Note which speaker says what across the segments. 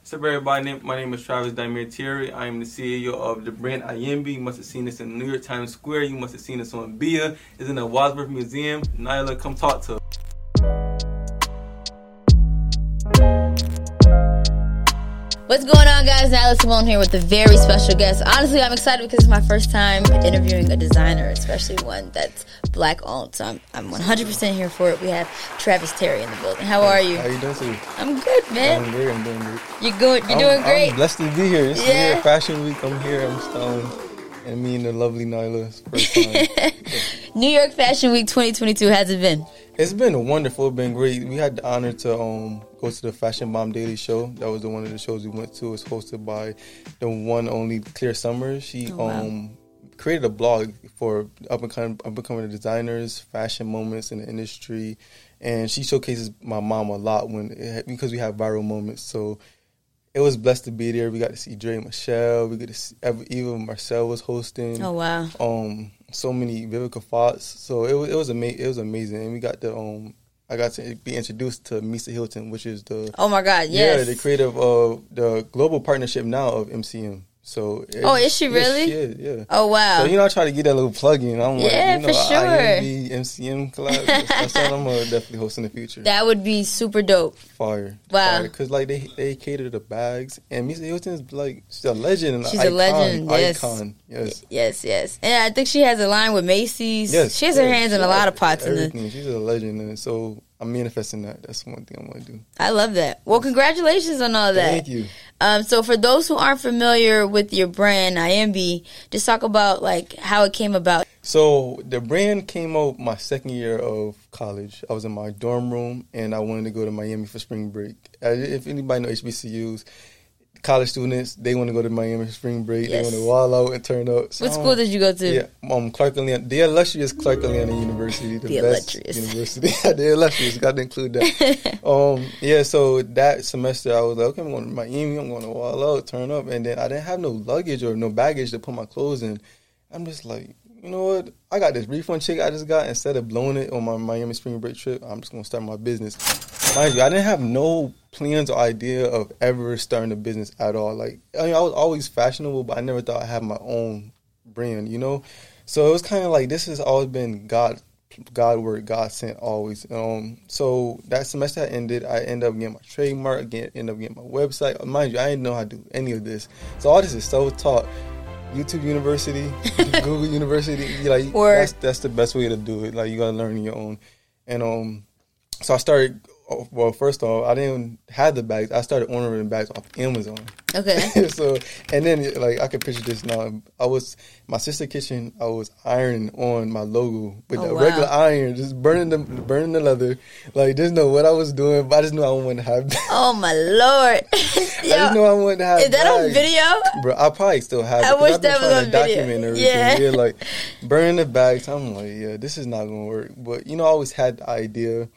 Speaker 1: What's up, everybody? My name is Travis Dimir Thierry. I am the CEO of the brand IMB. You must have seen this in New York Times Square. You must have seen this on Bia. It's in the Wadsworth Museum. Nyla, come talk to us.
Speaker 2: What's going on, guys? Nyla Simone here with a very special guest. Honestly, I'm excited because it's my first time interviewing a designer, especially one that's black owned. So I'm, I'm 100% here for it. We have Travis Terry in the building. How are you?
Speaker 3: How you doing today?
Speaker 2: I'm good,
Speaker 3: I'm
Speaker 2: man.
Speaker 3: great. I'm doing great.
Speaker 2: You're good. You're
Speaker 3: Um, I'm,
Speaker 2: doing great.
Speaker 3: I'm blessed to be here. It's
Speaker 2: Yeah.
Speaker 3: here, Fashion Week. I'm here. I'm stoned. And me and the lovely Nyla. It's the first time.
Speaker 2: New York Fashion Week 2022 has it been?
Speaker 3: it's been wonderful. It's been great. We had the honor to um go to the Fashion Bomb Daily Show. That was the one of the shows we went to. It's hosted by the one only Clear Summers. She
Speaker 2: Oh, wow.
Speaker 3: um created a blog for up and coming up and coming designers, fashion moments in the industry. And she showcases my mom a lot when it, because we have viral moments. So it was blessed to be there. We got to see Dre Michelle. We got to see ev- even Marcel was hosting.
Speaker 2: Oh, wow.
Speaker 3: Um, so many Vivica Fox. So it was it was amazing. It was amazing, and we got the um. I got to be introduced to Misa Hilton, which is the
Speaker 2: Oh, my God.
Speaker 3: yeah
Speaker 2: Yes.
Speaker 3: the creative of the global partnership now of MCM. So
Speaker 2: Oh, is she
Speaker 3: yeah,
Speaker 2: really?
Speaker 3: she is, yeah.
Speaker 2: oh, wow.
Speaker 3: So you know, I try to get that little plug in. I'm
Speaker 2: Yeah,
Speaker 3: like, you know,
Speaker 2: for sure.
Speaker 3: IMB, MCM collab. That's what I'm gonna definitely host in the future.
Speaker 2: that would be super dope.
Speaker 3: Fire.
Speaker 2: Wow.
Speaker 3: Because, like, they they cater to the bags. And Misa Hilton's, like, she's a legend. and an
Speaker 2: She's a
Speaker 3: icon,
Speaker 2: legend, yes.
Speaker 3: Icon. Yes.
Speaker 2: Yes, yes. And I think she has a line with Macy's.
Speaker 3: Yes.
Speaker 2: she has her
Speaker 3: yes.
Speaker 2: hands in a
Speaker 3: She
Speaker 2: lot
Speaker 3: has
Speaker 2: of pots in the
Speaker 3: Everything. She's a legend. And so I'm manifesting that. That's one thing I'm going to do.
Speaker 2: I love that. Well, congratulations on all that.
Speaker 3: Thank you.
Speaker 2: Um, so for those who aren't familiar with your brand, IMB, just talk about like how it came about.
Speaker 3: So the brand came out my second year of college. I was in my dorm room and I wanted to go to Miami for spring break. Uh, If anybody knows HBCUs, college students, they want to go to Miami for spring break.
Speaker 2: Yes.
Speaker 3: They want to wall out and turn up. So
Speaker 2: What
Speaker 3: I'm-
Speaker 2: school did you go to?
Speaker 3: Yeah, um, Clark Atlanta, the illustrious Clark Atlanta University, the,
Speaker 2: The
Speaker 3: best
Speaker 2: illustrious.
Speaker 3: university. the illustrious, got to include that. um, yeah, so that semester I was like, okay, I'm going to Miami, I'm going to wall out, turn up, and then I didn't have no luggage or no baggage to put my clothes in. I'm just like, you know what? I got this refund check I just got. Instead of blowing it on my Miami spring break trip, I'm just gonna start my business. Mind you, I didn't have no plans or idea of ever starting a business at all. Like, I mean, I was always fashionable, but I never thought I had my own brand. You know, so it was kind of like this has always been God, God word, God sent always. Um, so that semester I ended, I ended up getting my trademark, again, ended up getting my website. Mind you, I didn't know how to do any of this. So all this is self taught. YouTube University, Google University, you like
Speaker 2: Or-
Speaker 3: that's that's the best way to do it. Like you gotta learn on your own, and um, so I started. oh, Well, first off, I didn't have the bags. I started ordering bags off Amazon.
Speaker 2: Okay.
Speaker 3: so, and then like I can picture this now. I was my sister kitchen. I was ironing on my logo with
Speaker 2: Oh,
Speaker 3: a
Speaker 2: wow.
Speaker 3: regular iron, just burning the burning the leather. Like didn't know what I was doing, but I just knew I wouldn't have.
Speaker 2: oh my lord.
Speaker 3: I just
Speaker 2: Yo,
Speaker 3: knew I wouldn't have.
Speaker 2: is that on
Speaker 3: bags.
Speaker 2: video?
Speaker 3: Bro, I probably still have.
Speaker 2: I
Speaker 3: it, 'cause
Speaker 2: wish
Speaker 3: I've been
Speaker 2: that was
Speaker 3: trying
Speaker 2: on
Speaker 3: to
Speaker 2: video.
Speaker 3: Document everything.
Speaker 2: Yeah.
Speaker 3: Yeah. like burning the bags. I'm like, yeah, this is not gonna work. But you know, I always had the idea.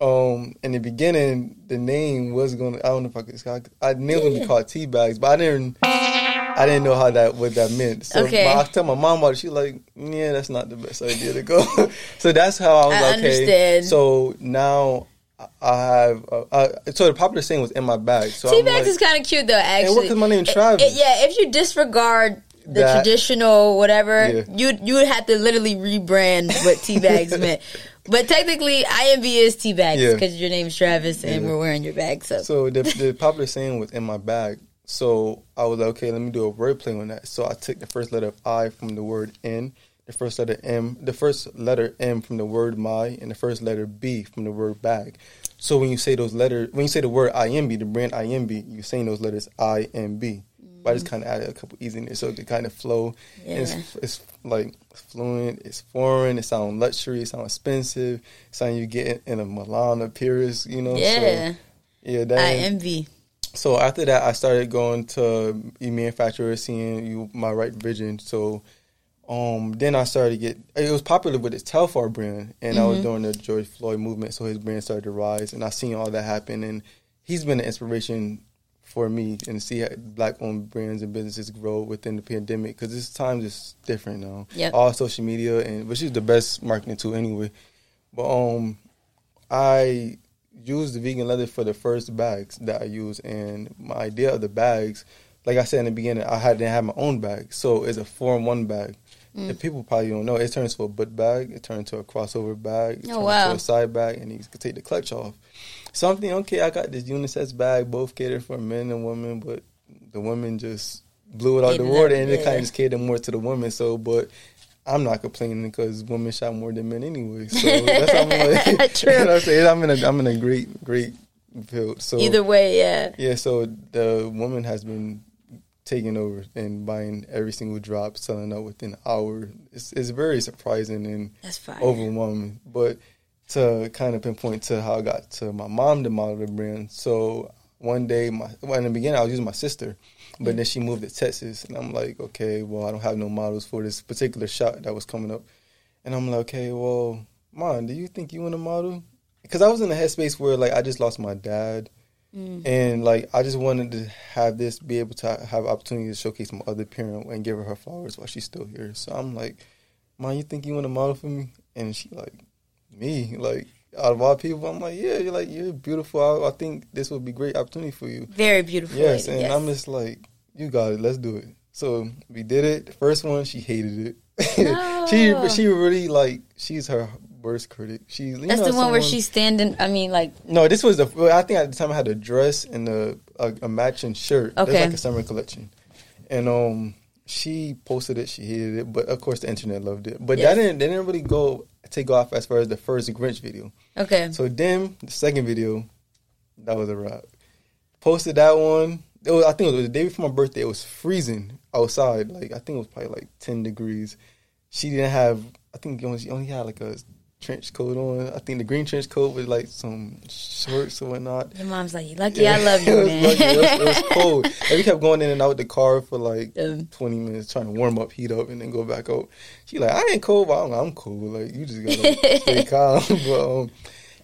Speaker 3: Um, in the beginning, the name was gonna. I don't know if I could. I, I knew it was gonna be called tea bags, but I didn't. I didn't know how that what that meant. So
Speaker 2: Okay.
Speaker 3: my- I tell my mom about it. She like, yeah, that's not the best idea to go. so that's how I was
Speaker 2: I
Speaker 3: like, okay.
Speaker 2: understand.
Speaker 3: So now I- I have. Uh, I, so the popular saying was in my bag. So
Speaker 2: Tea
Speaker 3: I'm
Speaker 2: bags
Speaker 3: like-
Speaker 2: is kind of cute though, actually.
Speaker 3: what, 'cause my name
Speaker 2: It-
Speaker 3: Travis.
Speaker 2: it- yeah, if you disregard the
Speaker 3: That-
Speaker 2: traditional whatever,
Speaker 3: Yeah.
Speaker 2: you'd you would have to literally rebrand what tea bags meant. But technically, IMB is tea bags
Speaker 3: Yeah.
Speaker 2: because your name's Travis and
Speaker 3: Yeah.
Speaker 2: we're wearing your bags up.
Speaker 3: So the, the popular saying was in my bag. So I was like, okay, let me do a wordplay on that. So I took the first letter of I from the word in, the first letter M, the first letter M from the word my, and the first letter B from the word bag. So when you say those letters, when you say the word IMB, the brand IMB, you're saying those letters I and B. But I just kind of added a couple E's in there so it could kind of flow. And it's, it's like fluent, it's foreign, it sounds luxury, it sounds expensive, it sounds you get in a Milan or Paris, you know?
Speaker 2: yeah,
Speaker 3: So, yeah, that ain't-
Speaker 2: IMB.
Speaker 3: so after that, I started going to e manufacturers, seeing you my right vision. So um, then I started to get it was popular with its Telfar brand, and I was doing the George Floyd movement, so his brand started to rise, and I seen all that happen, and he's been an inspiration for me and to see how black-owned brands and businesses grow within the pandemic because this times is different now.
Speaker 2: Yep.
Speaker 3: All social media and which is the best marketing tool anyway. But um, I used the vegan leather for the first bags that I used, and my idea of the bags, like I said in the beginning, I had didn't have my own bag, so it's a four in one bag.
Speaker 2: Mm.
Speaker 3: And people probably don't know it turns to a butt bag, it turns to a crossover bag, it
Speaker 2: Oh,
Speaker 3: turns
Speaker 2: wow.
Speaker 3: to a side bag, and you can take the clutch off. Something okay, I got this unisex bag, both catered for men and women, but the women just blew it out the
Speaker 2: Hated
Speaker 3: water,
Speaker 2: it,
Speaker 3: and it
Speaker 2: yeah.
Speaker 3: kind of just catered more to the women. So, but I'm not complaining because women shop more than men anyway. So that's how I'm like,
Speaker 2: True.
Speaker 3: you know what I'm saying? I'm in a I'm in a great great field. So
Speaker 2: Either way, yeah.
Speaker 3: yeah, so the woman has been taking over and buying every single drop, selling out within an hour. It's it's very surprising and
Speaker 2: That's fine.
Speaker 3: overwhelming. But to kind of pinpoint to how I got to my mom to model the brand. So one day, my well, in the beginning, I was using my sister, but then she moved to Texas, and I'm like, okay, well, I don't have no models for this particular shot that was coming up, and I'm like, okay, well, mom, do you think you want a model? Because I was in a headspace where like I just lost my dad. And like I just wanted to have this be able to have opportunity to showcase my other parent and give her her flowers while she's still here. So I'm like, Mom, you think you want to model for me? And she like, me like out of all people, I'm like, yeah, you're like you're beautiful. I, I think this would be a great opportunity for you.
Speaker 2: Very beautiful.
Speaker 3: Yes,
Speaker 2: lady,
Speaker 3: and I'm just like, you got it. Let's do it. So we did it. The first one, she hated it.
Speaker 2: No.
Speaker 3: she she really like she's her worst critic. She you
Speaker 2: That's
Speaker 3: know,
Speaker 2: the one where
Speaker 3: someone-
Speaker 2: she's standing. I mean, like,
Speaker 3: no, this was the. well, I think at the time I had a dress and a a, a matching shirt. That's
Speaker 2: Okay.
Speaker 3: like a summer collection, and um, she posted it. She hated it, but of course the internet loved it. But
Speaker 2: Yes.
Speaker 3: that didn't that didn't really go take off as far as the first Grinch video.
Speaker 2: okay.
Speaker 3: So then the second video, that was a wrap. Posted that one. It was, I think it was the day before my birthday. It was freezing outside. Like I think it was probably like ten degrees. She didn't have. I think only- she only had like a trench coat on. I think the green trench coat with like some shorts or whatnot.
Speaker 2: Your mom's like, lucky I love you,
Speaker 3: it was
Speaker 2: man.
Speaker 3: lucky. It was, it was cold. And we kept going in and out the car for like
Speaker 2: Yeah.
Speaker 3: 20 minutes, trying to warm up, heat up, and then go back out. She like, I ain't cold, but I'm, I'm cool. Like, you just gotta stay calm. But um,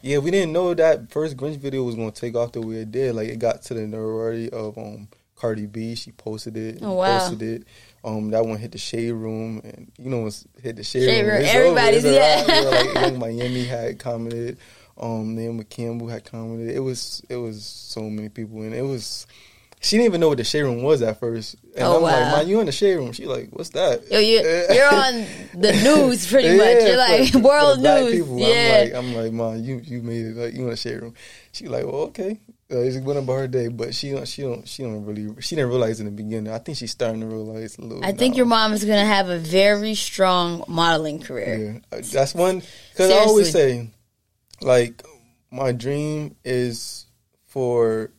Speaker 3: yeah, we didn't know that first Grinch video was gonna take off the way it did. Like, it got to the notoriety of um Cardi B. She posted it. and
Speaker 2: Oh, wow.
Speaker 3: Posted it. Um, that one hit the shade room, and you know, it's hit the shade,
Speaker 2: Shade
Speaker 3: room.
Speaker 2: room.
Speaker 3: It's over.
Speaker 2: Everybody's-
Speaker 3: It's a wrap.
Speaker 2: yeah.
Speaker 3: You know, like, Young Miami had commented. Um, Naomi Campbell had commented. It was it was so many people, and it was. She didn't even know what the shade room was at first, and
Speaker 2: Oh,
Speaker 3: I'm like,
Speaker 2: wow.
Speaker 3: "Man, you in the shade room?" She like, "What's that?"
Speaker 2: Yo, you,
Speaker 3: Eh.
Speaker 2: you're on the news pretty much.
Speaker 3: Yeah,
Speaker 2: You're like
Speaker 3: for- for
Speaker 2: world
Speaker 3: black
Speaker 2: news.
Speaker 3: people.
Speaker 2: Yeah.
Speaker 3: I'm like, I'm like, mom, you you made it. Like, you in the shade room? She like, well, okay. Uh, it went about her day, but she don't she don't she don't really she didn't realize in the beginning. I think she's starting to realize a little.
Speaker 2: I think
Speaker 3: now.
Speaker 2: your mom is gonna have a very strong modeling career.
Speaker 3: Yeah, Uh, that's one. Because I always say, like, my dream is for,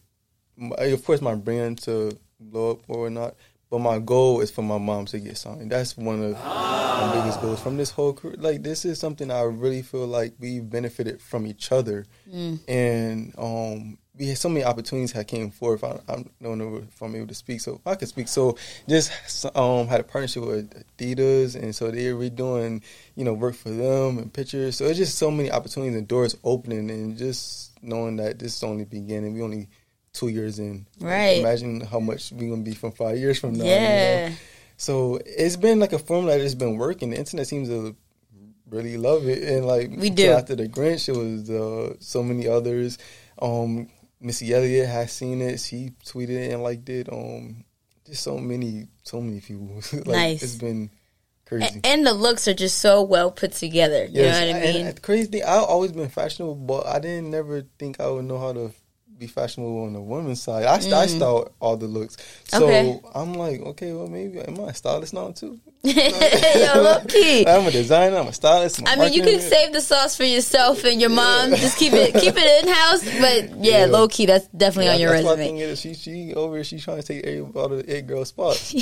Speaker 3: my, of course, my brand to blow up or not. But my goal is for my mom to get signed. That's one of my biggest goals from this whole career. Like, this is something I really feel like we benefited from each other, and um, we had so many opportunities that came forth. I, I don't know if I'm able to speak, so if I could speak. So, just um, had a partnership with Adidas, and so they were doing you know, work for them and pictures. So it's just so many opportunities and doors opening, and just knowing that this is only beginning. We only two years in.
Speaker 2: Right.
Speaker 3: Imagine how much we're gonna be from five years from now. you know?
Speaker 2: Yeah.
Speaker 3: So it's been like a formula that's been working. The internet seems to really love it, and like
Speaker 2: We
Speaker 3: so
Speaker 2: do.
Speaker 3: After the Grinch, it was uh, so many others. Um, Missy Elliott has seen it. She tweeted it and liked it. Um, just so many, so many people. like,
Speaker 2: Nice.
Speaker 3: It's been
Speaker 2: A-
Speaker 3: crazy.
Speaker 2: And, the looks are just so well put together. You
Speaker 3: Yes,
Speaker 2: know what I
Speaker 3: and
Speaker 2: mean?
Speaker 3: the crazy thing, I've always been fashionable, but I didn't never think I would know how to be fashionable on the women's side. I, st- I style all the looks, so
Speaker 2: Mm. Okay.
Speaker 3: I'm like, okay, well, maybe am I a stylist now too?
Speaker 2: Yo, low key.
Speaker 3: I'm a designer. I'm a stylist. I'm a
Speaker 2: I mean, you can
Speaker 3: marketing-
Speaker 2: save the sauce for yourself and your mom. Just keep it keep it in house. But yeah,
Speaker 3: Yeah.
Speaker 2: low key, that's definitely on your
Speaker 3: that's why I
Speaker 2: resume.
Speaker 3: think it is. She she over here. She's trying to take every all the it girl spots.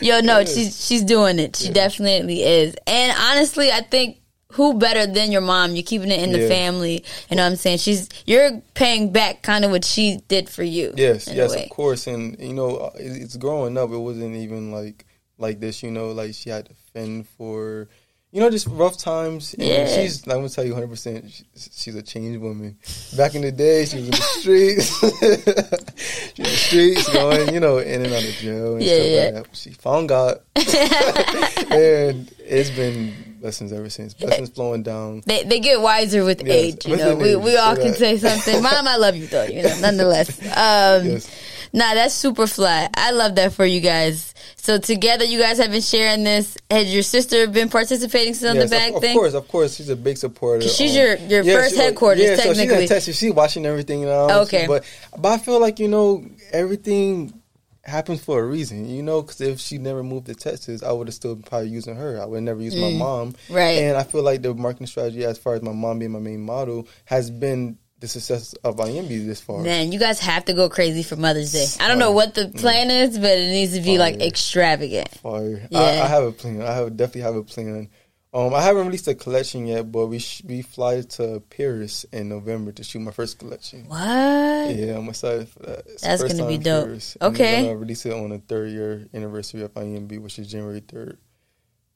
Speaker 2: Yo, no, she's she's doing it. She definitely is. And honestly, I think who better than your mom? You're keeping it in the
Speaker 3: Yeah.
Speaker 2: family. You know what I'm saying? She's you're paying back kind of what she did for you.
Speaker 3: Yes,
Speaker 2: in a
Speaker 3: yes,
Speaker 2: way.
Speaker 3: of course. And you know, uh, it- it's growing up. It wasn't even like like this. You know, like she had to fend for, you know, just rough times. And
Speaker 2: Yeah.
Speaker 3: she's. I'm gonna tell you 100. percent She's a changed woman. Back in the day, she was in the streets. she was in the streets going, you know, in and out of jail and
Speaker 2: Yeah,
Speaker 3: stuff
Speaker 2: yeah.
Speaker 3: like that. She found God, and it's been Blessings ever since. Blessings flowing down.
Speaker 2: They, they get wiser with
Speaker 3: Yes,
Speaker 2: age, you
Speaker 3: with
Speaker 2: know.
Speaker 3: the
Speaker 2: We,
Speaker 3: age,
Speaker 2: we all can
Speaker 3: right.
Speaker 2: say something. Mom, I love you though, you know, nonetheless. Um,
Speaker 3: Yes.
Speaker 2: Nah, that's super fly. I love that for you guys. So together, you guys have been sharing this. Has your sister been participating still in
Speaker 3: Yes,
Speaker 2: the bag
Speaker 3: of, of
Speaker 2: thing?
Speaker 3: course, of course, she's a big supporter.
Speaker 2: 'Cause she's your- your first
Speaker 3: wa-
Speaker 2: headquarters,
Speaker 3: yeah, so she's
Speaker 2: technically.
Speaker 3: in Texas. She's watching everything, you know.
Speaker 2: Okay.
Speaker 3: but but I feel like you know everything happens for a reason, you know. Because if she never moved to Texas, I would have still probably using her. I would never use my mom,
Speaker 2: Mm, right.
Speaker 3: And I feel like the marketing strategy, as far as my mom being my main model, has been the success of IMB this far.
Speaker 2: Man, you guys have to go crazy for Mother's Day. I don't know what the plan is, but it needs to be like
Speaker 3: Fire.
Speaker 2: extravagant.
Speaker 3: Fire.
Speaker 2: Yeah.
Speaker 3: Oh, I, I have a plan. I have definitely have a plan. Um, I haven't released a collection yet, but we sh- we fly to Paris in November to shoot my first collection.
Speaker 2: What?
Speaker 3: Yeah, I'm excited for that. It's the
Speaker 2: Hmm. That's
Speaker 3: first
Speaker 2: gonna be
Speaker 3: time
Speaker 2: dope.
Speaker 3: first, and we're
Speaker 2: Okay.
Speaker 3: gonna release it on the third year anniversary of IMB, which is January third.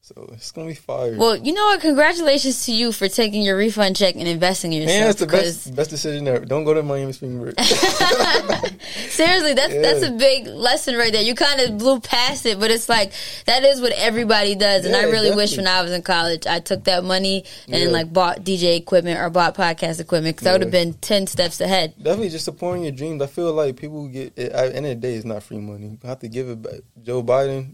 Speaker 3: So it's gonna be fire.
Speaker 2: Well, you know what? Congratulations to you for taking your refund check and investing in yourself.
Speaker 3: Man, it's the
Speaker 2: 'cause
Speaker 3: best best decision ever. Don't go to Miami Spring Break.
Speaker 2: Seriously, that's
Speaker 3: Yeah.
Speaker 2: that's a big lesson right there. You kind of blew past it, but it's like that is what everybody does. And I
Speaker 3: Yeah,
Speaker 2: really wish
Speaker 3: definitely.
Speaker 2: when I was in college, I took that money and
Speaker 3: Yeah.
Speaker 2: like bought DJ equipment or bought podcast equipment because I would have
Speaker 3: Yeah.
Speaker 2: been ten steps ahead.
Speaker 3: definitely just supporting your dreams. I feel like people get it, at the end of the day, it's not free money. You have to give it back. Joe Biden.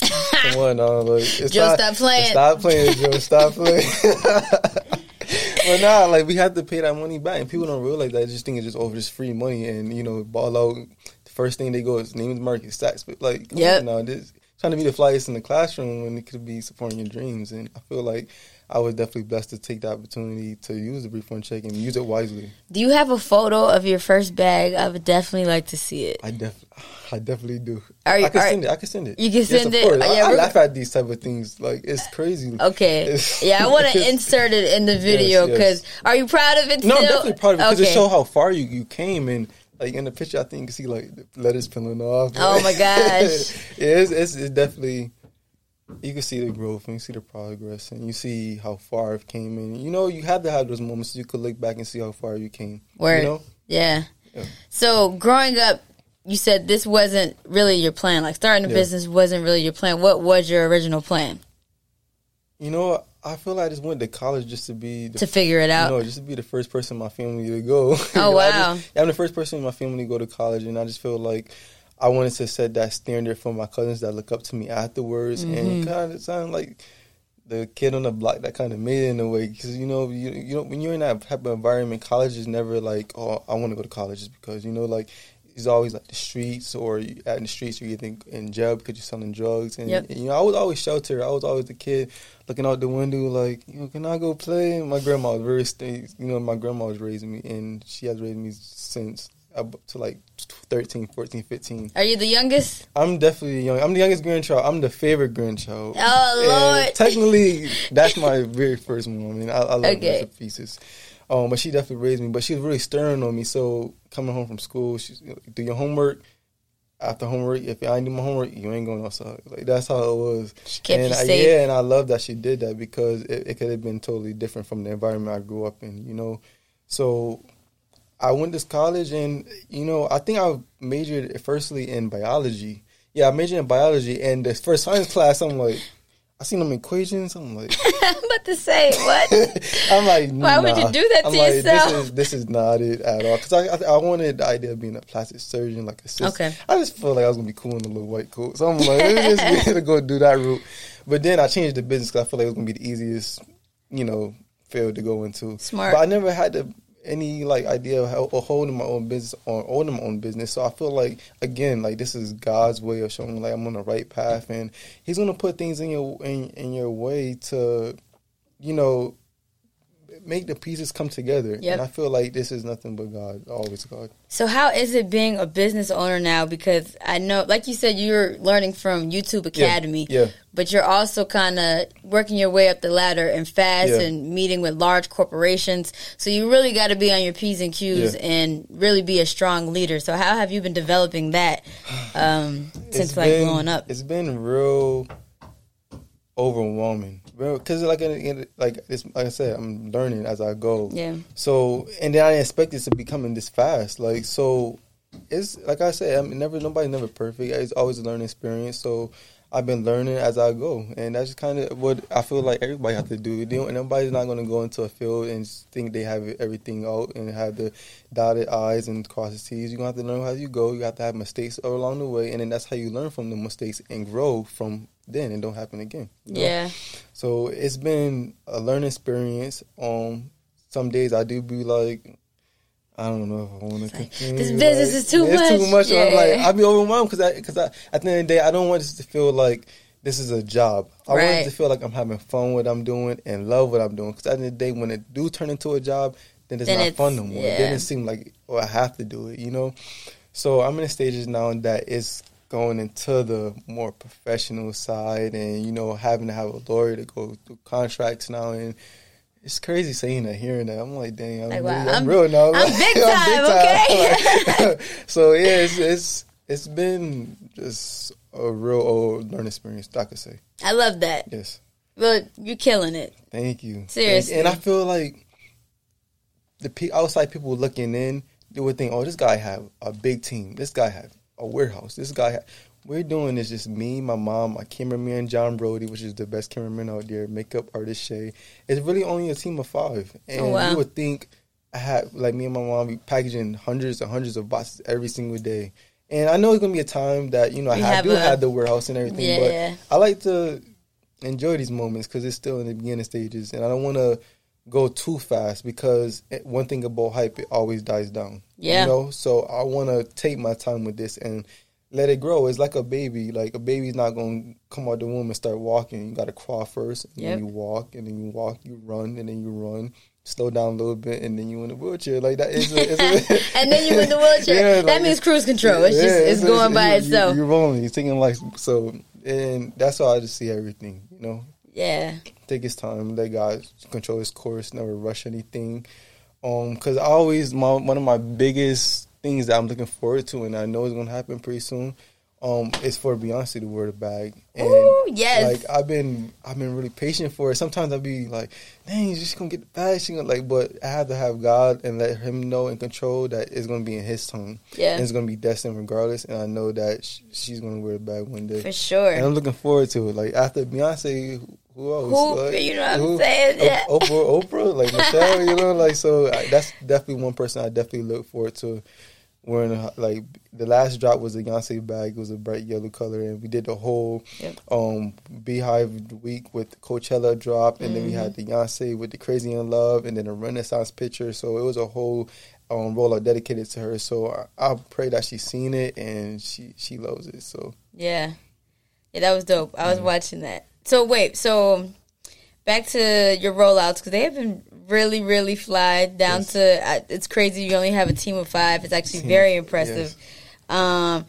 Speaker 3: Come on, dog. Like, it's
Speaker 2: Joe,
Speaker 3: not-
Speaker 2: stop playing.
Speaker 3: Stop playing, Joe. Stop playing. but nah, like we have to pay that money back, and people don't realize that. They just think it's just over just free money, and you know, ball out. The first thing they go is names, market, stacks. But like, come
Speaker 2: Yep.
Speaker 3: on now this trying to be the flyest in the classroom when it could be supporting your dreams, and I feel like. I was definitely blessed to take the opportunity to use the refund check and use it wisely.
Speaker 2: Do you have a photo of your first bag? I would definitely like to see it.
Speaker 3: I def, I definitely do.
Speaker 2: Are you-
Speaker 3: I can
Speaker 2: are-
Speaker 3: send it. I can send it.
Speaker 2: You can send
Speaker 3: of
Speaker 2: it?
Speaker 3: course.
Speaker 2: Oh,
Speaker 3: I-
Speaker 2: yeah,
Speaker 3: I,
Speaker 2: we're-
Speaker 3: laugh at these type of things. Like it's crazy.
Speaker 2: Okay.
Speaker 3: It's-
Speaker 2: Yeah, I want to
Speaker 3: it's-
Speaker 2: insert it in the video
Speaker 3: yes.
Speaker 2: because are you proud of it?
Speaker 3: No, I'm
Speaker 2: still?
Speaker 3: definitely proud of it because
Speaker 2: Okay.
Speaker 3: it show how far you, you came and like in the picture I think you can see like the letters peeling off.
Speaker 2: Oh, my gosh.
Speaker 3: it is it's, it's definitely you can see the growth and you see the progress and you see how far it came and you know you have to have those moments you could look back and see how far you came.
Speaker 2: Word.
Speaker 3: You know?
Speaker 2: Yeah.
Speaker 3: Yeah.
Speaker 2: So growing up, you said this wasn't really your plan. Like starting a
Speaker 3: Yeah.
Speaker 2: business wasn't really your plan. What was your original plan
Speaker 3: You know, I feel like I just went to college just to be the
Speaker 2: to figure it out?
Speaker 3: No, just to be the first person in my family to go. Oh
Speaker 2: wow.
Speaker 3: I'm the first person in my family to go to college, and I just feel like I wanted to set that standard for my cousins that look up to me afterwards,
Speaker 2: Mm-hmm.
Speaker 3: and kind of sound like the kid on the block that kind of made it in a way. Because you know, you you know, when you're in that type of environment, college is never like, oh, I want to go to college, just because you know, like. It's always like the streets, or you- out in the streets, or you think in jail because you're selling drugs. And,
Speaker 2: Yep.
Speaker 3: and, you know, I was always sheltered. I was always the kid looking out the window, like, you know, can I go play? And my grandma was very, st- you know, my grandma was raising me, and she has raised me since up to like 13, 14, 15.
Speaker 2: Are you the youngest?
Speaker 3: I'm definitely young. I'm the youngest grandchild. I'm the favorite grandchild.
Speaker 2: Oh,
Speaker 3: And
Speaker 2: Lord.
Speaker 3: Technically, that's my very first one. I mean, I, I love
Speaker 2: Okay.
Speaker 3: her to pieces. Um, but she definitely raised me. But she was really stern on me. So coming home from school, she's like, do your homework. After homework, if I ain't do my homework, you ain't going outside. Like that's how it was.
Speaker 2: She kept
Speaker 3: and
Speaker 2: you
Speaker 3: I,
Speaker 2: safe.
Speaker 3: yeah, and I love that she did that because it, it could have been totally different from the environment I grew up in. You know, so I went to college and you know I think I majored firstly in biology. Yeah, I majored in biology, and the first science class, I'm like, I seen them equations. I'm like,
Speaker 2: I'm about to say what?
Speaker 3: I'm like,
Speaker 2: Why would you
Speaker 3: nah.
Speaker 2: do that
Speaker 3: I'm
Speaker 2: to
Speaker 3: like,
Speaker 2: yourself?
Speaker 3: This is, this is not it at all. Because I, I I wanted the idea of being a plastic surgeon, like a sister.
Speaker 2: Okay.
Speaker 3: I just felt like I was gonna be cool in a little white coat, so I'm like, it's just weird to go do that route. But then I changed the business because I felt like it was gonna be the easiest, you know, field to go into.
Speaker 2: Smart.
Speaker 3: But I never had the any like idea of how, or holding my own business or owning my own business. So I feel like again, like this is God's way of showing me like I'm on the right path, and He's gonna put things in your in, in your way to, you know, make the pieces come together.
Speaker 2: Yep.
Speaker 3: And I feel like this is nothing but God, always God.
Speaker 2: so how is it being a business owner now? Because I know, like you said, you're learning from YouTube Academy.
Speaker 3: Yeah.
Speaker 2: But you're also kind of working your way up the ladder and fast
Speaker 3: Yeah.
Speaker 2: and meeting with large corporations. So you really got to be on your P's and Q's
Speaker 3: Yeah.
Speaker 2: and really be a strong leader. So how have you been developing that um, since
Speaker 3: It's
Speaker 2: like
Speaker 3: been-
Speaker 2: growing up?
Speaker 3: It's been real overwhelming. Because like in- in- like it's, like I said, I'm learning as I go.
Speaker 2: Yeah.
Speaker 3: So and then I didn't expect it to be coming this fast. Like so, it's like I said, I'm never nobody never perfect. It's always a learning experience. So I've been learning as I go, and that's kind of what I feel like everybody has to do. They don't, nobody's not going to go into a field and think they have everything out and have the dotted I's and cross the T's. You're going to have to learn how you go. You have to have mistakes along the way, and then that's how you learn from the mistakes and grow from then and don't happen again. you know?
Speaker 2: Yeah.
Speaker 3: So it's been a learning experience. Um, some days I do be like, I don't know if I want to. continue.
Speaker 2: this business is too
Speaker 3: it's
Speaker 2: much.
Speaker 3: too much. and I'm
Speaker 2: Yeah.
Speaker 3: like, I be overwhelmed because I because I at the end of the day I don't want this to feel like this is a job. I want
Speaker 2: Right.
Speaker 3: it to feel like I'm having fun with what I'm doing and love what I'm doing. Because at the end of the day, when it do turn into a job, then it's
Speaker 2: Then
Speaker 3: not
Speaker 2: it's-
Speaker 3: fun no more. It
Speaker 2: yeah.
Speaker 3: Then it seem like oh I have to do it, you know. So I'm in the stages now that it's going into the more professional side and you know having to have a lawyer to go through contracts now and it's crazy saying that hearing that i'm like dang i'm,
Speaker 2: Like,
Speaker 3: really-
Speaker 2: wow,
Speaker 3: I'm,
Speaker 2: I'm-
Speaker 3: real now
Speaker 2: I'm big time,
Speaker 3: okay so yeah it's, it's it's been just a real old learning experience i could say
Speaker 2: I love that.
Speaker 3: yes
Speaker 2: Well, you're killing it.
Speaker 3: thank you Thank-
Speaker 2: Seriously.
Speaker 3: and i feel like the pe- outside people looking in they would think oh this guy have a big team this guy have a warehouse this guy have we're doing is just me, my mom, my cameraman John Brody, which is the best cameraman out there, makeup artist Shay. It's really only a team of five, and
Speaker 2: Oh, wow.
Speaker 3: you would think I had like me and my mom be packaging hundreds and hundreds of boxes every single day. And I know it's gonna be a time that you know
Speaker 2: You
Speaker 3: I
Speaker 2: have
Speaker 3: do
Speaker 2: a-
Speaker 3: have the warehouse and everything,
Speaker 2: Yeah,
Speaker 3: but
Speaker 2: yeah.
Speaker 3: I like to enjoy these moments because it's still in the beginning stages, and I don't want to go too fast because it- one thing about hype, it always dies down.
Speaker 2: Yeah.
Speaker 3: you know. So I want to take my time with this and let it grow. It's like a baby. Like a baby's not gonna come out the womb and start walking. You gotta crawl first, and
Speaker 2: Yep.
Speaker 3: then you walk, and then you walk, you run, and then you run. Slow down a little bit, and then you in the wheelchair like that. It's a, it's a,
Speaker 2: And then you in the wheelchair.
Speaker 3: Yeah,
Speaker 2: that
Speaker 3: like-
Speaker 2: means cruise control. It's just it's, going by
Speaker 3: you-
Speaker 2: itself.
Speaker 3: You, are rolling. You're taking like so, and that's how I just see everything. You know,
Speaker 2: yeah.
Speaker 3: take his time, let God control his course, never rush anything. Um, because I always my one of my biggest things that I'm looking forward to, and I know it's gonna happen pretty soon. Um, is for Beyonce to wear the bag. And
Speaker 2: Ooh, yes.
Speaker 3: Like I've been, I've been really patient for it. Sometimes I'll be like, "Dang, she's gonna get the bag." She gonna like, but I have to have God and let Him know and control that it's gonna be in His time.
Speaker 2: Yeah.
Speaker 3: and it's gonna be destined regardless. And I know that sh- she's gonna wear the bag one day.
Speaker 2: for sure.
Speaker 3: And I'm looking forward to it. Like after Beyonce, who else?
Speaker 2: Who-
Speaker 3: Like,
Speaker 2: you know what I'm saying?
Speaker 3: O-
Speaker 2: Yeah.
Speaker 3: Oprah, Oprah, like Michelle. You know, like so. I, that's definitely one person I definitely look forward to. Wearing a, like the last drop was a Beyonce bag. It was a bright yellow color, and we did the whole
Speaker 2: Yep.
Speaker 3: um Beehive week with Coachella drop, and then we had the
Speaker 2: Mm-hmm.
Speaker 3: Beyonce with the Crazy in Love, and then a Renaissance picture. So it was a whole um roller dedicated to her. So I, I pray that she's seen it and she she loves it. So
Speaker 2: Yeah. Yeah, that was dope. I was watching that. So wait, so back to your rollouts because they have been really, really fly down
Speaker 3: Yes.
Speaker 2: to. I, it's crazy. You only have a team of five. It's actually very impressive. Um,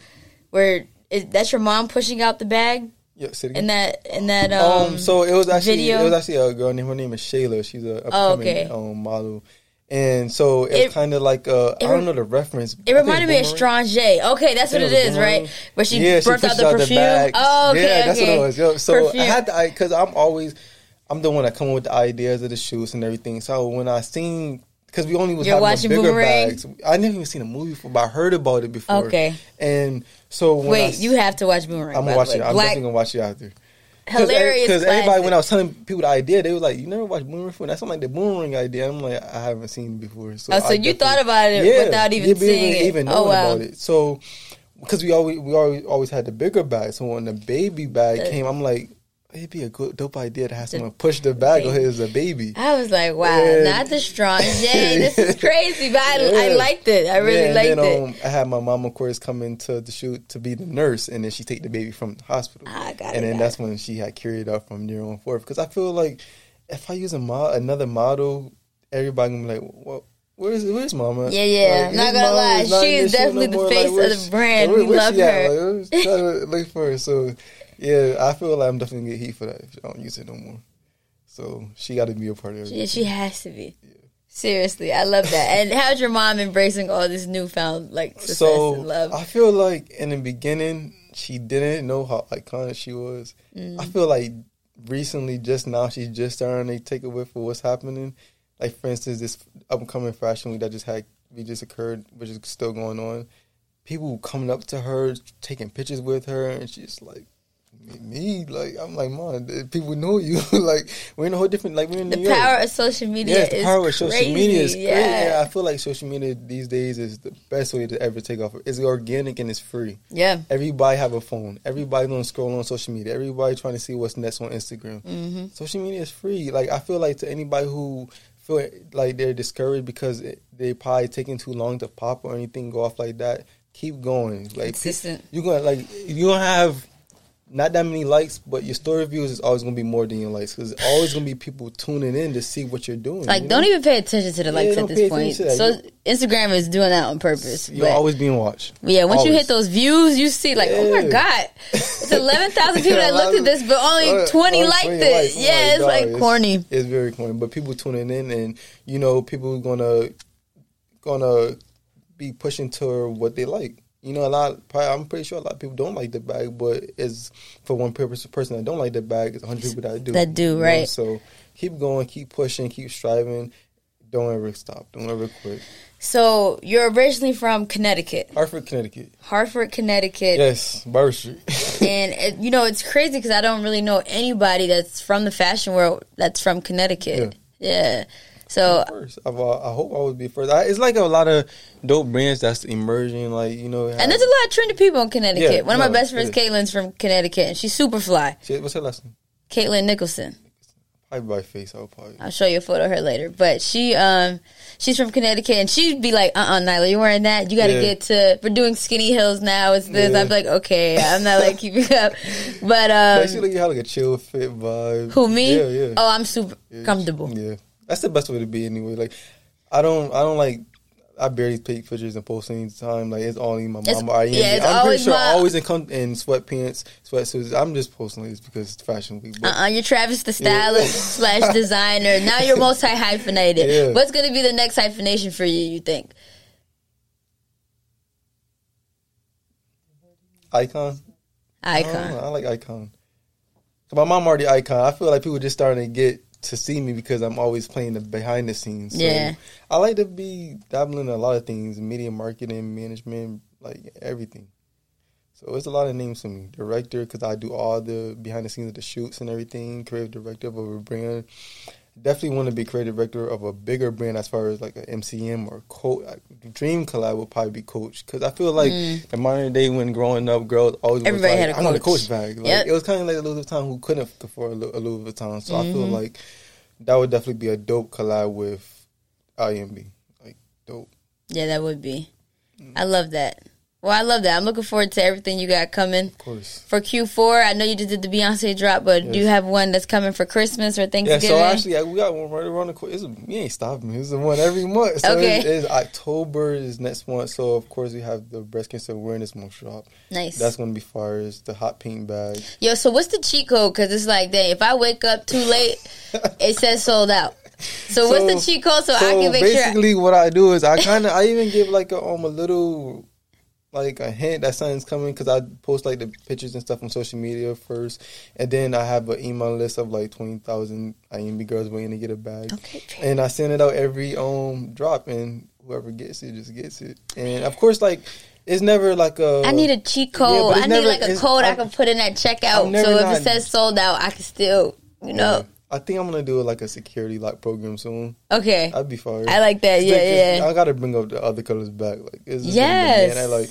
Speaker 2: where is that's your mom pushing out the bag
Speaker 3: yeah, say it again.
Speaker 2: and that and that um.
Speaker 3: Um, so it was actually
Speaker 2: video?
Speaker 3: it was actually a girl named her name is Shayla. She's a upcoming
Speaker 2: Oh, okay.
Speaker 3: um, model, and so it,
Speaker 2: It-
Speaker 3: kind of like uh, I
Speaker 2: it
Speaker 3: don't
Speaker 2: rem-
Speaker 3: know the reference.
Speaker 2: it reminded me of Strange. Okay, that's what
Speaker 3: Yeah,
Speaker 2: it
Speaker 3: it
Speaker 2: is,
Speaker 3: was
Speaker 2: right?
Speaker 3: Boomerang.
Speaker 2: Where she burnt out the perfume. oh, okay,
Speaker 3: yeah, that's
Speaker 2: okay.
Speaker 3: what it was. Yo, so
Speaker 2: Perfume.
Speaker 3: I had to because I'm always I'm the one that come up with the ideas of the shoots and everything. So when I seen. Because we only was
Speaker 2: You're
Speaker 3: having the
Speaker 2: watching
Speaker 3: bigger
Speaker 2: Boomerang?
Speaker 3: bags. I never even seen a movie before, but I heard about it before.
Speaker 2: Okay.
Speaker 3: And so when
Speaker 2: Wait,
Speaker 3: I,
Speaker 2: you have to watch Boomerang.
Speaker 3: I'm gonna
Speaker 2: by the
Speaker 3: watch
Speaker 2: way.
Speaker 3: it. I'm
Speaker 2: Black,
Speaker 3: definitely gonna watch it after.
Speaker 2: hilarious.
Speaker 3: Because everybody,
Speaker 2: classic.
Speaker 3: when I was telling people the idea, they were like, "You never watched Boomerang before?" And That's like the Boomerang idea. I'm like, I haven't seen it before. So,
Speaker 2: Oh, so
Speaker 3: I
Speaker 2: you
Speaker 3: definitely-
Speaker 2: thought about it without even
Speaker 3: yeah, but
Speaker 2: seeing it.
Speaker 3: even
Speaker 2: Oh,
Speaker 3: knowing
Speaker 2: wow.
Speaker 3: about it. So because we always we always always had the bigger bag. So when the baby bag
Speaker 2: The-
Speaker 3: came, I'm like, it'd be a good dope idea to have someone push the bag
Speaker 2: baby.
Speaker 3: ahead as a baby.
Speaker 2: I was like, wow,
Speaker 3: Yeah.
Speaker 2: not the strong Jay. This is crazy, but I, I
Speaker 3: Yeah.
Speaker 2: liked it. I really
Speaker 3: Yeah,
Speaker 2: liked
Speaker 3: and
Speaker 2: it.
Speaker 3: then, Um, I had my mom, of course, come into the shoot to be the nurse, and then she take the baby from the hospital.
Speaker 2: Ah, got it,
Speaker 3: and then
Speaker 2: got
Speaker 3: that's when she had carried out from there on forth. Because I feel like if I use a mo- another model, everybody gonna be like, "Well, where's where's mama?"
Speaker 2: Yeah, yeah.
Speaker 3: Like,
Speaker 2: Not
Speaker 3: this
Speaker 2: gonna
Speaker 3: mama
Speaker 2: lie,
Speaker 3: not
Speaker 2: she
Speaker 3: in this
Speaker 2: is
Speaker 3: show
Speaker 2: definitely the
Speaker 3: more.
Speaker 2: face of
Speaker 3: where's-
Speaker 2: the brand. We
Speaker 3: where's
Speaker 2: love
Speaker 3: she at?
Speaker 2: her.
Speaker 3: Like, I'm just trying to look for her. So, yeah, I feel like I'm definitely gonna get heat for that if I don't use it no more. So she got to be a part of it.
Speaker 2: Yeah, she has to be. Seriously, I love that. And how's your mom embracing all this newfound like success
Speaker 3: so
Speaker 2: and love?
Speaker 3: I feel like in the beginning she didn't know how iconic she was.
Speaker 2: Mm.
Speaker 3: I feel like recently, just now, she's just starting to take away for what's happening. Like for instance, this upcoming fashion week that just had we just occurred, which is still going on. People coming up to her, taking pictures with her, and she's like, me, like I'm like, man, the people know you. like we're in a whole different, like we're in
Speaker 2: The
Speaker 3: New York.
Speaker 2: power of social media
Speaker 3: yeah, the
Speaker 2: is
Speaker 3: power of
Speaker 2: crazy.
Speaker 3: social media is
Speaker 2: yeah.
Speaker 3: great. Yeah, I feel like social media these days is the best way to ever take off. It's organic and it's free.
Speaker 2: Yeah.
Speaker 3: Everybody have a phone. Everybody gonna scroll on social media. Everybody trying to see what's next on Instagram.
Speaker 2: hmm
Speaker 3: Social media is free. Like I feel like to anybody who feel like they're discouraged because it, they probably taking too long to pop or anything go off like that. Keep going. Like
Speaker 2: Consistent.
Speaker 3: you're gonna like you gonna have not that many likes, but your story views is always gonna be more than your likes because always gonna be people tuning in to see what you're doing.
Speaker 2: Like,
Speaker 3: you know?
Speaker 2: don't even pay attention to the likes
Speaker 3: don't
Speaker 2: at
Speaker 3: pay
Speaker 2: this point.
Speaker 3: attention to
Speaker 2: So
Speaker 3: that.
Speaker 2: Instagram is doing that on purpose.
Speaker 3: You're
Speaker 2: but-
Speaker 3: always being watched.
Speaker 2: yeah, once you
Speaker 3: always.
Speaker 2: hit those views, you see like, oh my
Speaker 3: Yeah.
Speaker 2: god, it's eleven thousand people that looked at this, but only
Speaker 3: Uh,
Speaker 2: twenty
Speaker 3: only
Speaker 2: liked
Speaker 3: 20
Speaker 2: it.
Speaker 3: likes. Oh I'm
Speaker 2: Yeah, it's
Speaker 3: dog,
Speaker 2: like corny.
Speaker 3: It's very corny, but people tuning in, and you know, people gonna gonna be pushing toward what they like. You know, a lot. Probably, I'm pretty sure a lot of people don't like the bag, but it's for one purpose. person that don't like the bag, it's 100 people that do.
Speaker 2: That do,
Speaker 3: You know,
Speaker 2: right.
Speaker 3: So keep going, keep pushing, keep striving. Don't ever stop. Don't ever quit.
Speaker 2: So you're originally from Connecticut,
Speaker 3: Hartford, Connecticut.
Speaker 2: Hartford, Connecticut,
Speaker 3: Yes, Barber Street.
Speaker 2: and it, you know it's crazy because I don't really know anybody that's from the fashion world that's from Connecticut. Yeah. So
Speaker 3: first. I've, uh, I hope I would be first. I, it's like a lot of dope brands that's emerging. Like you know,
Speaker 2: and there's a lot of trendy people in Connecticut.
Speaker 3: Yeah,
Speaker 2: One of my
Speaker 3: no,
Speaker 2: best friends,
Speaker 3: yeah.
Speaker 2: Caitlin's from Connecticut, and she's super fly.
Speaker 3: Shit, what's her last name?
Speaker 2: Caitlin Nicholson.
Speaker 3: Probably by face. I'll probably.
Speaker 2: I'll show you a photo of her later. But she um she's from Connecticut and she'd be like, uh uh Nyla, you're wearing that. You gotta
Speaker 3: Yeah.
Speaker 2: get to we're doing skinny hills now, it's this.
Speaker 3: Yeah.
Speaker 2: I'd be like, Okay, I'm not like keeping up. But
Speaker 3: Like, she
Speaker 2: um
Speaker 3: like you have like a chill fit vibe.
Speaker 2: who me?
Speaker 3: Yeah, yeah.
Speaker 2: Oh, I'm super
Speaker 3: Yeah,
Speaker 2: comfortable.
Speaker 3: Yeah, that's the best way to be anyway. Like, I don't, I don't like. I barely take pictures and post any time. Like it's all in my
Speaker 2: It's-
Speaker 3: mama. I am.
Speaker 2: yeah, it's
Speaker 3: I'm pretty
Speaker 2: always
Speaker 3: sure I
Speaker 2: my-
Speaker 3: always in, com- in sweatpants, sweatsuits. I'm just posting these because it's fashion week. But
Speaker 2: Uh-uh, you're Travis the stylist
Speaker 3: Yeah.
Speaker 2: slash designer. Now you're multi hyphenated.
Speaker 3: Yeah.
Speaker 2: What's gonna be the next hyphenation for you? You think? Uh.
Speaker 3: icon, I, don't know,
Speaker 2: Icon.
Speaker 3: Oh, I like icon. 'Cause my mom already icon. I feel like people just starting to get to see me because I'm always playing the behind the scenes. So
Speaker 2: Yeah.
Speaker 3: I like to be dabbling in a lot of things: media marketing, management, like everything. So it's a lot of names for me. Director, because I do all the behind the scenes of the shoots and everything. Creative director of a brand. Definitely want to be creative director of a bigger brand as far as like a MCM or coach. Dream collab would probably be coach because I feel like the modern day when growing up, girls always was
Speaker 2: Mm. Everybody
Speaker 3: like,
Speaker 2: had a
Speaker 3: I want a
Speaker 2: coach.
Speaker 3: coach bag. Like,
Speaker 2: Yep.
Speaker 3: It was kind of like a Louis Vuitton who couldn't afford a Lu- a Louis Vuitton. So I feel
Speaker 2: Mm-hmm.
Speaker 3: like that would definitely be a dope collab with IMB. Like dope.
Speaker 2: Yeah, that would be. I love that. Well, I love that. I'm looking forward to everything you got coming.
Speaker 3: Of course.
Speaker 2: for Q4. I know you just did the Beyonce drop, but do you
Speaker 3: Yes.
Speaker 2: have one that's coming for Christmas or
Speaker 3: Yeah,
Speaker 2: Thanksgiving?
Speaker 3: so actually, yeah, we got one right around the corner. It's- You ain't stopping. It's the one every month. So
Speaker 2: Okay.
Speaker 3: it's, it's October is next month. So of course we have the breast cancer awareness month drop.
Speaker 2: nice.
Speaker 3: That's gonna be fire. It's the hot pink bag.
Speaker 2: Yo, so what's the cheat code? Because it's like, dang, if I wake up too late, it says sold out. So, what's the
Speaker 3: So-
Speaker 2: cheat code so, I
Speaker 3: so
Speaker 2: can make sure?
Speaker 3: basically, what I do is I kind of I even give like a um a little like a hint that something's coming because I post like the pictures and stuff on social media first, and then I have an email list of like twenty thousand IMB girls waiting to get a bag,
Speaker 2: Okay.
Speaker 3: and I send it out every um drop, and whoever gets it just gets it, and of course like it's never like a
Speaker 2: I need a cheat code.
Speaker 3: but it's
Speaker 2: I need
Speaker 3: never-
Speaker 2: like a
Speaker 3: it's-
Speaker 2: code i
Speaker 3: I'm-
Speaker 2: can put in at checkout.
Speaker 3: I'm never
Speaker 2: So if it
Speaker 3: not-
Speaker 2: says sold out, I can still, you know.
Speaker 3: I think I'm gonna do like a security lock program soon.
Speaker 2: Okay.
Speaker 3: I'd be fired.
Speaker 2: I like that. Yeah, yeah.
Speaker 3: I gotta bring up the other colors back. Like, it's just
Speaker 2: Yes.
Speaker 3: yes, and I like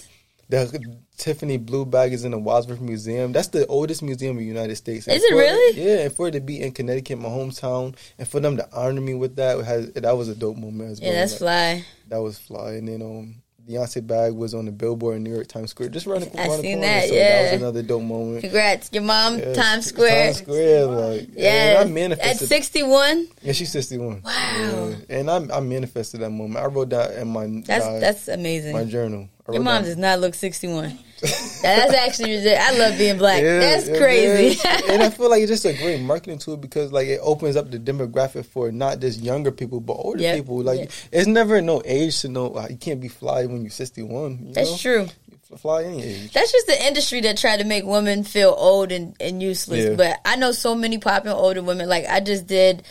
Speaker 3: the Tiffany blue bag is in the Wadsworth Museum. That's the oldest museum in the United States. And
Speaker 2: Is it
Speaker 3: for
Speaker 2: really?
Speaker 3: yeah, and for it to be in Connecticut, my hometown, and for them to honor me with that, it has, that was a dope moment as well.
Speaker 2: yeah, that's
Speaker 3: Like,
Speaker 2: fly.
Speaker 3: That was fly. And then um, Beyonce bag was on the billboard in New York Times Square, just around the,
Speaker 2: I
Speaker 3: around the
Speaker 2: seen
Speaker 3: corner.
Speaker 2: that,
Speaker 3: so
Speaker 2: yeah.
Speaker 3: that was another dope moment.
Speaker 2: Congrats. Your mom,
Speaker 3: Yeah,
Speaker 2: Times Square.
Speaker 3: Times Square, like yeah,
Speaker 2: yeah.
Speaker 3: and I
Speaker 2: At
Speaker 3: manifested
Speaker 2: 61.
Speaker 3: yeah, she's sixty one.
Speaker 2: Wow.
Speaker 3: And I, I manifested that moment. I wrote that in my
Speaker 2: That's,
Speaker 3: uh,
Speaker 2: that's amazing.
Speaker 3: my journal. I
Speaker 2: Your
Speaker 3: wrote
Speaker 2: mom
Speaker 3: down-
Speaker 2: does not look 61. That's actually ridic- I love being black.
Speaker 3: Yeah,
Speaker 2: That's
Speaker 3: it
Speaker 2: crazy.
Speaker 3: is. and I feel like it's just a great marketing tool because like it opens up the demographic for not just younger people but older
Speaker 2: Yep.
Speaker 3: people. Like
Speaker 2: Yeah.
Speaker 3: it's never no age to know uh, you can't be fly when you're 61. You know?
Speaker 2: That's true.
Speaker 3: You Fly any age.
Speaker 2: That's just the industry that tried to make women feel old and, and useless.
Speaker 3: Yeah.
Speaker 2: But I know so many popping older women. Like I just did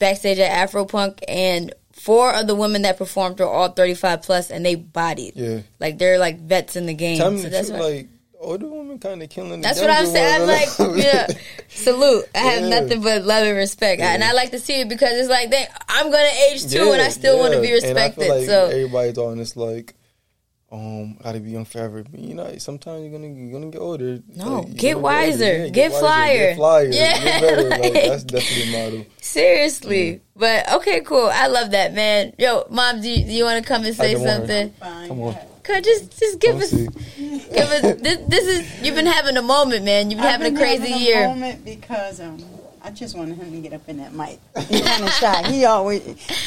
Speaker 2: backstage at Afropunk and four of the women that performed are all 35 plus and they bodied.
Speaker 3: Yeah.
Speaker 2: Like they're like vets in the game.
Speaker 3: Tell me
Speaker 2: so
Speaker 3: the
Speaker 2: that's
Speaker 3: truth,
Speaker 2: why-
Speaker 3: like older women kind of killing.
Speaker 2: That's
Speaker 3: the
Speaker 2: what I'm
Speaker 3: younger
Speaker 2: saying. I'm like,
Speaker 3: ones.
Speaker 2: yeah, salute. I have
Speaker 3: Yeah.
Speaker 2: nothing but love and respect, and I like to see it because it's like, dang, I'm gonna age too, and I still want to
Speaker 3: yeah.
Speaker 2: be
Speaker 3: And I
Speaker 2: respected.
Speaker 3: feel like
Speaker 2: so
Speaker 3: everybody's on this like, um, gotta be young forever. But you know, sometimes you're gonna you're gonna get older.
Speaker 2: No,
Speaker 3: Like, you're
Speaker 2: get
Speaker 3: gonna
Speaker 2: wiser.
Speaker 3: older.
Speaker 2: Get
Speaker 3: wiser,
Speaker 2: flyer.
Speaker 3: Get flyer.
Speaker 2: Yeah,
Speaker 3: get better. Like,
Speaker 2: like-
Speaker 3: that's definitely the motto.
Speaker 2: seriously,
Speaker 3: Mm.
Speaker 2: but okay, cool. I love that, man. Yo, mom, do you, do you want to come and say
Speaker 3: don't want her.
Speaker 2: something?
Speaker 4: Fine.
Speaker 3: Come on.
Speaker 2: Come, just just give
Speaker 3: Come
Speaker 2: us,
Speaker 3: see.
Speaker 2: give us. This, this is you've been having a moment, man. You've been
Speaker 4: I've
Speaker 2: having
Speaker 4: been
Speaker 2: a crazy
Speaker 4: having
Speaker 2: year.
Speaker 4: moment because um, I just wanted him to get up in that mic. He's kind of shy. He always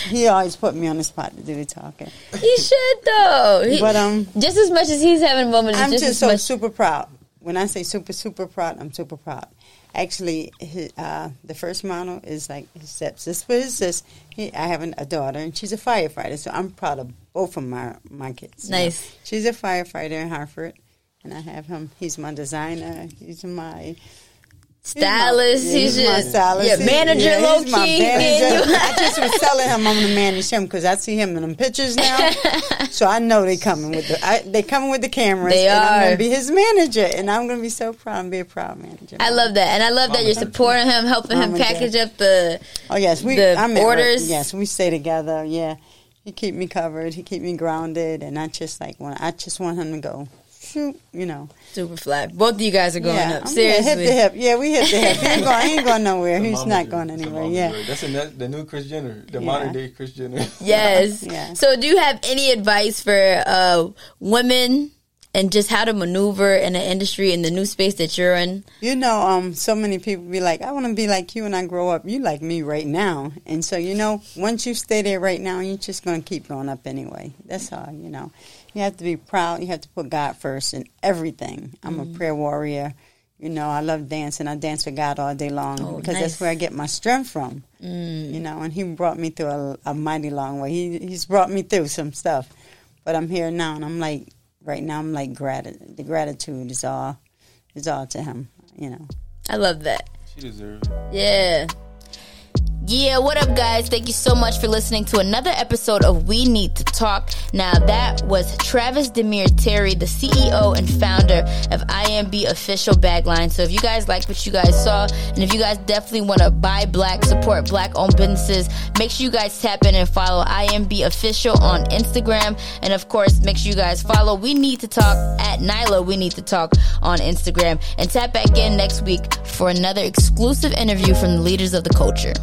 Speaker 4: he always put me on the spot to do the talking.
Speaker 2: He should though. He,
Speaker 4: But um,
Speaker 2: just as much as he's having a moment, it's
Speaker 4: I'm
Speaker 2: just,
Speaker 4: just
Speaker 2: as
Speaker 4: so
Speaker 2: much.
Speaker 4: super proud. When I say super super proud, I'm super proud. Actually, his, uh, the first model is like his stepsister. But his sis, he, I have an, a daughter, and she's a firefighter. So I'm proud of both of my my kids. you know.
Speaker 2: Nice.
Speaker 4: She's a firefighter in Hartford, and I have him. He's my designer. He's my
Speaker 2: stylist. He's,
Speaker 4: He's my
Speaker 2: just
Speaker 4: stylist.
Speaker 2: yeah,
Speaker 4: He-
Speaker 2: manager
Speaker 4: yeah,
Speaker 2: low
Speaker 4: he's my
Speaker 2: key.
Speaker 4: manager. I just was telling him I'm gonna manage him because I see him in them pictures now, so I know they coming with the I, they coming with the cameras.
Speaker 2: They
Speaker 4: and I'm
Speaker 2: are.
Speaker 4: gonna be his manager, and I'm gonna be so proud and be a proud manager.
Speaker 2: I love that, and I love that you're supporting him, helping him
Speaker 4: Mama Jack.
Speaker 2: package up the.
Speaker 4: Oh yes, we
Speaker 2: the
Speaker 4: I'm at work.
Speaker 2: orders.
Speaker 4: Yes, we stay together. Yeah, he keep me covered. He keep me grounded, and I just like when I just want him to go. Shoot, you know.
Speaker 2: Super fly. Both of you guys are going
Speaker 4: yeah,
Speaker 2: up.
Speaker 4: I'm- yeah,
Speaker 2: Seriously.
Speaker 4: hip to hip. Yeah, we hip to hip. He ain't going, he ain't going nowhere.
Speaker 3: The
Speaker 4: He's
Speaker 3: mama
Speaker 4: not
Speaker 3: do.
Speaker 4: going
Speaker 3: The
Speaker 4: anywhere.
Speaker 3: mama
Speaker 4: Yeah.
Speaker 3: do. that's the, the new Chris Jenner, the
Speaker 4: Yeah.
Speaker 3: modern day Chris Jenner.
Speaker 2: Yes.
Speaker 4: Yeah.
Speaker 2: So, do you have any advice for uh, women and just how to maneuver in the industry in the new space that you're in?
Speaker 4: You know, um, so many people be like, I want to be like you when I grow up. You like me right now. And so, you know, once you stay there right now, you're just going to keep going up anyway. That's all, you know. You have to be proud. You have to put God first in everything. I'm
Speaker 2: Mm-hmm.
Speaker 4: a prayer warrior. You know, I love dancing. I dance with God all day long
Speaker 2: Oh,
Speaker 4: because
Speaker 2: nice.
Speaker 4: that's where I get my strength from. You know, and He brought me through a, a mighty long way. He, he's brought me through some stuff. But I'm here now, and I'm like, right now, I'm like, gratitude. The gratitude is all it's all to him, you know.
Speaker 2: I love that.
Speaker 3: she deserves. it.
Speaker 2: Yeah. Yeah, what up, guys? Thank you so much for listening to another episode of We Need to Talk. Now, that was Travis Demir Terry, the CEO and founder of IMB Official Bagline. So, if you guys liked what you guys saw, and if you guys definitely want to buy black, support black owned businesses, make sure you guys tap in and follow IMB Official on Instagram. And of course, make sure you guys follow We Need to Talk at Nyla We Need to Talk on Instagram. And tap back in next week for another exclusive interview from the leaders of the culture.